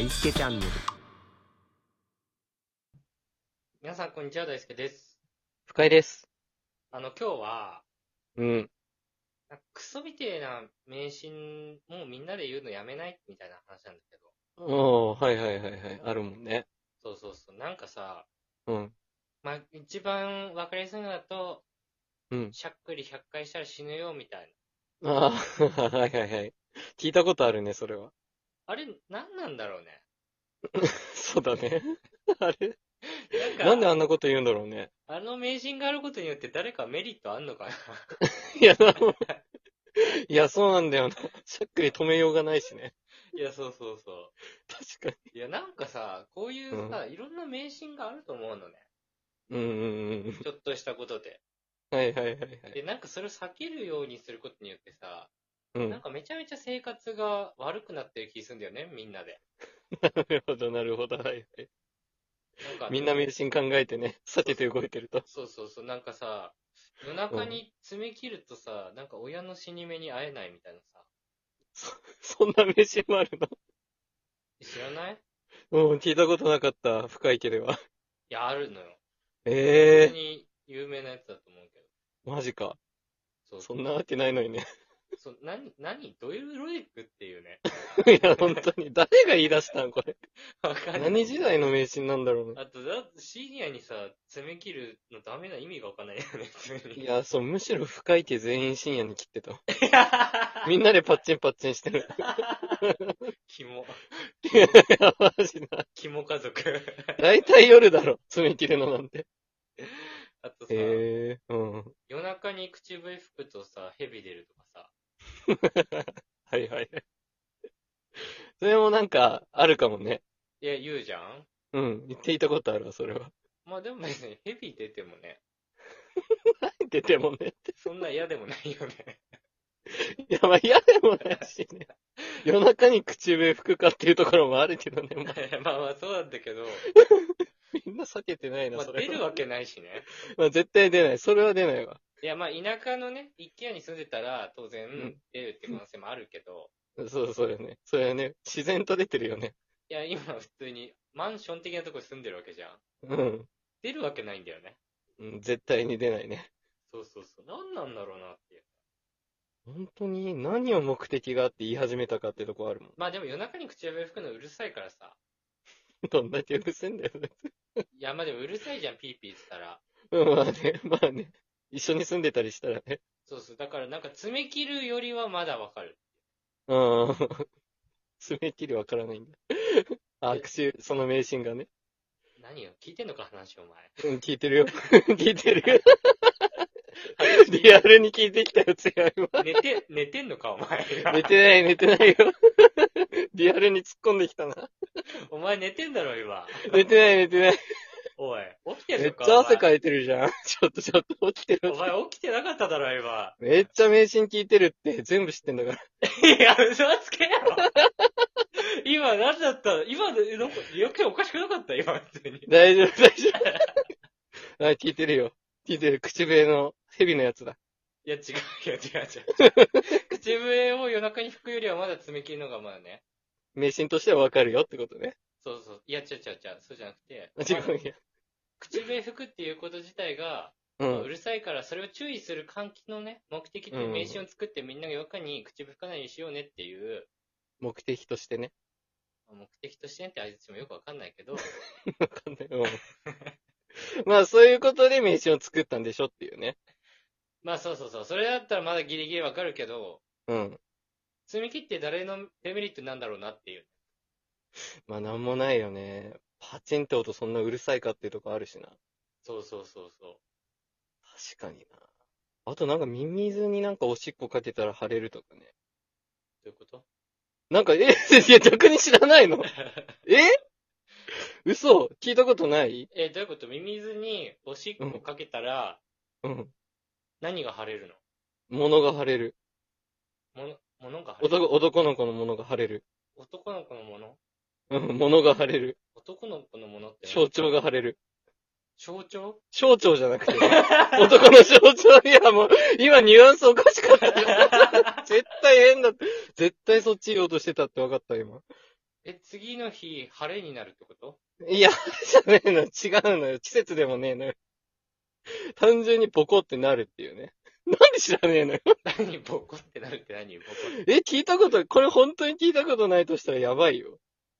いすけチャンネル皆さん、こんにちは、大輔です。深井です。あの、今日は、うん。なんかクソみてえな迷信、もうみんなで言うのやめないみたいな話なんだけど。おー、はいはいはいはい。あるもんね。そうそうそう。なんかさ、うん。まあ、一番わかりやすいのだと、うんしゃっくり100回したら死ぬよ、みたいな。ああ、 はいはいはい。聞いたことあるね、それは。 あれ、なんなんだろうね。そうだね。あれなんか、なんであんなこと言うんだろうね。 あの迷信があることによって誰かメリットあんのかないや、 なんもいや、そうなんだよな。しゃっくり止めようがないしね。いや、そうそうそ確かう。いや、なんかさ、こういうさ、いろんな迷信があると思うのね。に。うんうんうんちょっとしたことで。うん。はいはいはいはい。で、なんかそれを避けるようにすることによってさ、うなんん。かめちゃめちゃ生活が悪くなってる気するんだよね、みんなで。なるほど、なるほど。はいはい。なんかみんな迷信考えてね、避けて動いてると。そうそうそう、なんかさ、夜中に爪切るとさ、なんか親の死に目に会えないみたいなさ。そんな迷信もある知らないいのうん、聞いたことなかった。深い家では。や、あるのよ。え本当に有名なやつだと思うけど。えー、マジか。そうそんなわけないのにね。 そう何、何どういうロジックっていうね。いや、本当に。誰が言い出したんこれ。わかんない何時代の迷信なんだろうね。あと、だシニアにさ、爪切るのダメな意味がわかんないよね、普通に。いや、そう、むしろ深い家全員深夜に切ってた。みみんなでパッチンパッチンしてる。 キモ、いや、マジだ。キモ家族。 大体夜だろ、爪切るのなんて。あとさ、へえうん。 夜中に口笛吹くとさ、蛇出るとかさ。はいはい。それもなんか、あるかもね。いや、言うじゃんうん、言っていたことあるわ、それは。まあでも別に蛇出てもね、出てもね。そんな嫌でもないよね。 いや、まあ嫌でもないしね。夜中に口笛吹くかっていうところもあるけどね。まあまあまあそうなんだけど、みんな避けてないまな、あそれ出は。るわけないしね。まあ絶対出ない。それは出ないわ。いやまあ田舎のね、一軒家に住んでたら当然ん出るって可能性もあるけど、そう、そうよね。それはね、自然と出てるよね。いや今普通にマンション的なとこに住んでるわけじゃん。うん。出るわけないんだよね。うん絶対に出ないね。そうそうそう。なんなんだろうなっていう。本当に何を目的があって言い始めたかってとこあるもん。 まあでも夜中に口笛吹くのうるさいからさ。どんだけうるせえんだよ、ね。いやまあでもうるさいじゃん、ピーピーって言ったら。うん、まあね、まあね。一緒に住んでたりしたらね。そうそう。だからなんか爪切るよりはまだわかる。うん。 爪切りわからないんだ。あ、握手、その迷信がね。何よ、聞いてんのか話、お前。うん、聞いてるよ。聞いてるよ。リアルに聞いてきたよ、強いわ。寝て、 寝てんのか、お前。寝てない、寝てないよ。リアルに突っ込んできたな。お前寝てんだろ、今。寝てない、寝てない。おい、起きてんめのっか。ちゃ汗いかいてるじゃん。 ちょっとちょっと起きておる。前。お前起きてなかっただろ、今。めっちゃ迷信聞いてるって全部知ってんだから。 いや、嘘つけよ。今、何だったの今の、なんかリアクションおかしくなかった今、普通に。大丈夫、大丈夫。 あ、聞いてるよ。聞いてる。口笛の蛇のやつだ。いや、違う、いや、違う、違う。口笛を夜中に吹くよりはまだ爪切るのがまだね。迷信としてはわかるよってことね。そうそう。いや、違う、違う、違う。そうじゃなくて。あ違まうあんや。口笛吹くっていうこと自体が、う。うんるさいから、それを注意する換気のね、目的っていう名刺を作って、みんなが夜中に口吹かないようにしようねっていう、目的としてね。 目的としてねって相槌もよくわかんないけど、わかんない。うん。 まあ、そういうことで迷信を作ったんでしょっていうね。まあそうそうそう、それだったらまだギリギリわかるけど、うん。積み切って誰のデメリットなんだろうなっていう。まあ、なんもないよね。パチンって音そんなうるさいかっていうとこあるしな。そうそうそうそ確かにな。あとなんかミミズになんかおしっこかけたら腫れるとかね。う。どういうこと なんか、え、 いや、逆に知らないのえ嘘聞いたことないえ、どういうことミミズにおしっこかけたら、うん。何が腫れる物が腫れる。のもの、物が腫れる男、男の子の物が腫れる。男の子のものうん、物が腫れる。男の子のものって何象徴が腫れる。象徴象徴じゃなくて、男の象徴。いや、もう、今ニュアンスおかしかったよ。絶対変だって。絶対そっち言おうとしてたって分かった、今。 え、次の日、晴れになるってこといや、じゃねえの。違うのよ。季節でもねえのよ。単純にボコってなるっていうね。なんで知らねえのよ。何ボコってなるって何ボコっえ、聞いたこと、これ本当に聞いたことないとしたらやばいよ。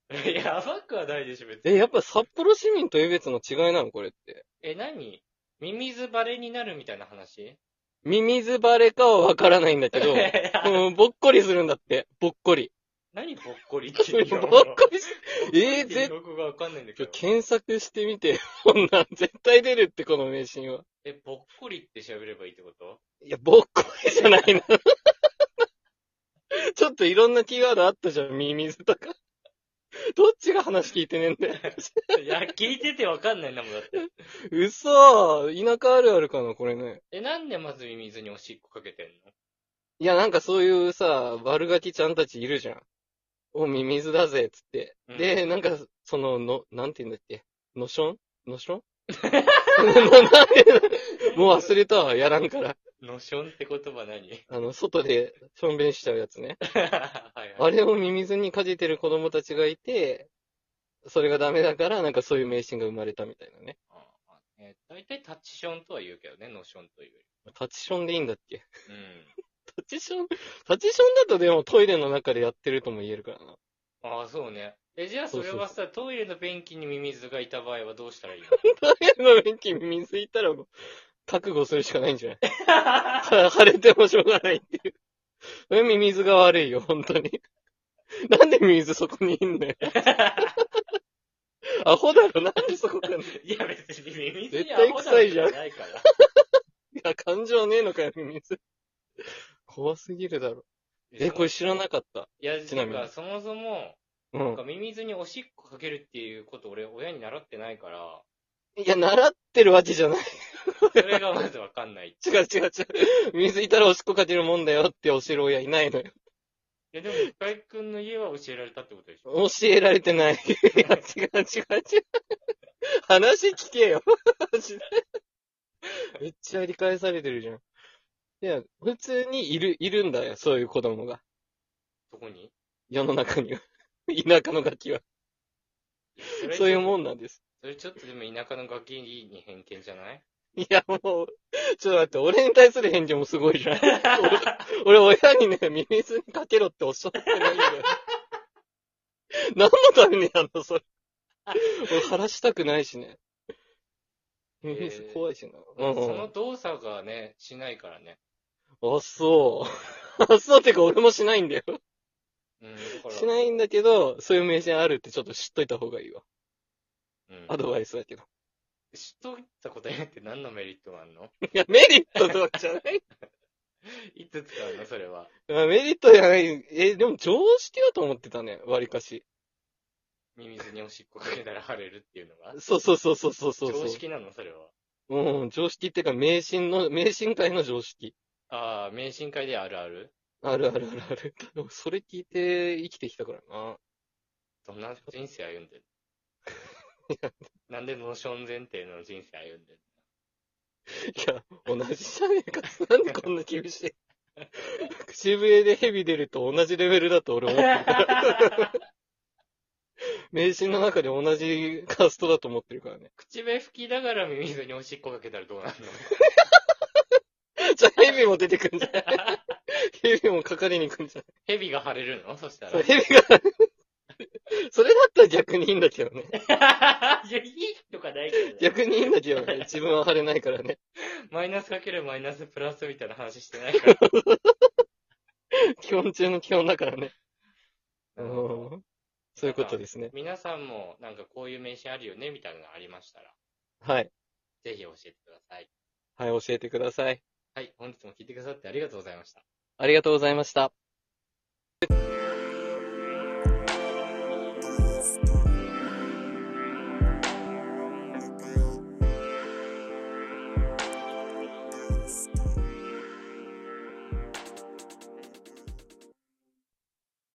て。 やばくはないでしょ、別に。え、やっぱ札幌市民と江別の違いなのこれって。え、何ミミズバレになるみたいな話ミミズバレかはわからないんだけ ど、うん、ぼっこりするんだって。ぼっこり。 何ぼっこりってぼいっうのこりし、えー、全絶国がわかんないんだけ対、ど。検索してみて。こんなん絶対出るって、この名シーンは。え、ぼっこりって喋ればいいってこといや、ぼっこりじゃないな。 ちょっといろんなキーワードあったじゃん、ミミズとか。どっちが話聞いてねえんだよ。いや、聞いててわかんないんだもんだって。嘘田舎あるあるかな、これね。え、なんでまずミミズにおしっこかけてんのいや、なんかそういうさ、悪ガキちゃんたちいるじゃん。お、ミミズだぜ、つって。うんで、なんか、その、の、なんて言うんだっけノション ノションなんて言うのもう忘れたわ、やらんから。ノションって言葉何 あの、外で、しょんべんしちゃうやつね。はいはあれをミミズにかじてる子供たちがいて、それがダメだから、なんかそういう迷信が生まれたみたいなね。い。ね大体タッチションとは言うけどね、ノションというよタチションでいいんだっけり。うん。タチションタチションだとでもトイレの中でやってるとも言えるからな。ああ、そうね。え、じゃあそれはさ、トイレの便器にミミズがいた場合はどうしたら いいのトイレの便器に水いたらもう、覚悟するしかないんじゃない は晴れてもしょうがないっていう。これミミズが悪いよ、本当に。なんでミミズそこにいんのよ。アホだろ、なんでそこかね。いや、別にミミズに絶対アホなわ臭けいじじゃゃんないから。いや、感情ねえのかよ、ミミズ。怖すぎるだろ。え、これ知らなかった。いや、ちなみにてかそもそも、うなんんか。ミミズにおしっこかけるっていうこと俺、親に習ってないから、いや、習ってるわけじゃない。それがまずわかんない。い違う違う違う。水いたらおしっこかけるもんだよって教える親いないのよ。や、でも、深井くんの家は教えられたってことでしょ教えられてない。いや、違う違う違う。話聞けよ。マジでめっちゃ理解されてるじゃん。いや、普通にいる、いるんだよ、そういう子供が。そこに世の中には。田舎のガキは。そういうもん。んなんです。それちょっとでも田舎のガキに偏見じゃないいや、もう、ちょっと待って、俺に対する返事もすごいじゃん。俺、俺親にね、ミミズにかけろっておっしゃってないんだよ。何のためにやんの、それ。俺、晴らしたくないしね。ミミズ怖いしな。そうんの動作がね、しないからね。うん。あ、そう。あ、そうってか、俺もしないんだよ。うん、だから。しないんだけど、そういう名人あるってちょっと知っといた方がいいわ。うんアドバイスだけど。知っといた答えって何のメリットがあるのいや、メリットとかじゃ ない。いつ使うのそれは。あメリットじゃない。え、でも常識だと思ってたね、割かし。ミミズにおしっこかけたら腫れるっていうのが。そうそうそうそうそうそう。常識なのそれは。うん、常識っていうか、迷信の、迷信界の常識。ああ、迷信会であるあるあるあるあるある。 でもそれ聞いて生きてきたからな。どんな人生歩んでる なんでノーション前提の人生歩んでるいや、同じじゃねえか。なんでこんな厳 しい。口笛で蛇出ると同じレベルだと俺思 ってるから。迷信の中で同じカーストだと思ってる からね。 口笛吹きながらミミズにおしっこかけたらどうなるじゃあ蛇も出てくんじゃ ないの蛇もかかりにくんじゃ蛇が腫れるのそしたなら。いい蛇が、それだったら逆にいいんだけどね。 や、いいとかないけどね。逆にいいんだけど ね。自分は晴れないからね。マイナスかけるマイナスプラスみたいな話してない から。基本中の基本だからね。うなるほどん。そういうことですね。皆さんもなんかこういう迷信あるよねみたいなのありましたら、はい。ぜひ教えてください。はい、教えてください。はい、本日も聞いてくださってありがとうございました。ありがとうございました。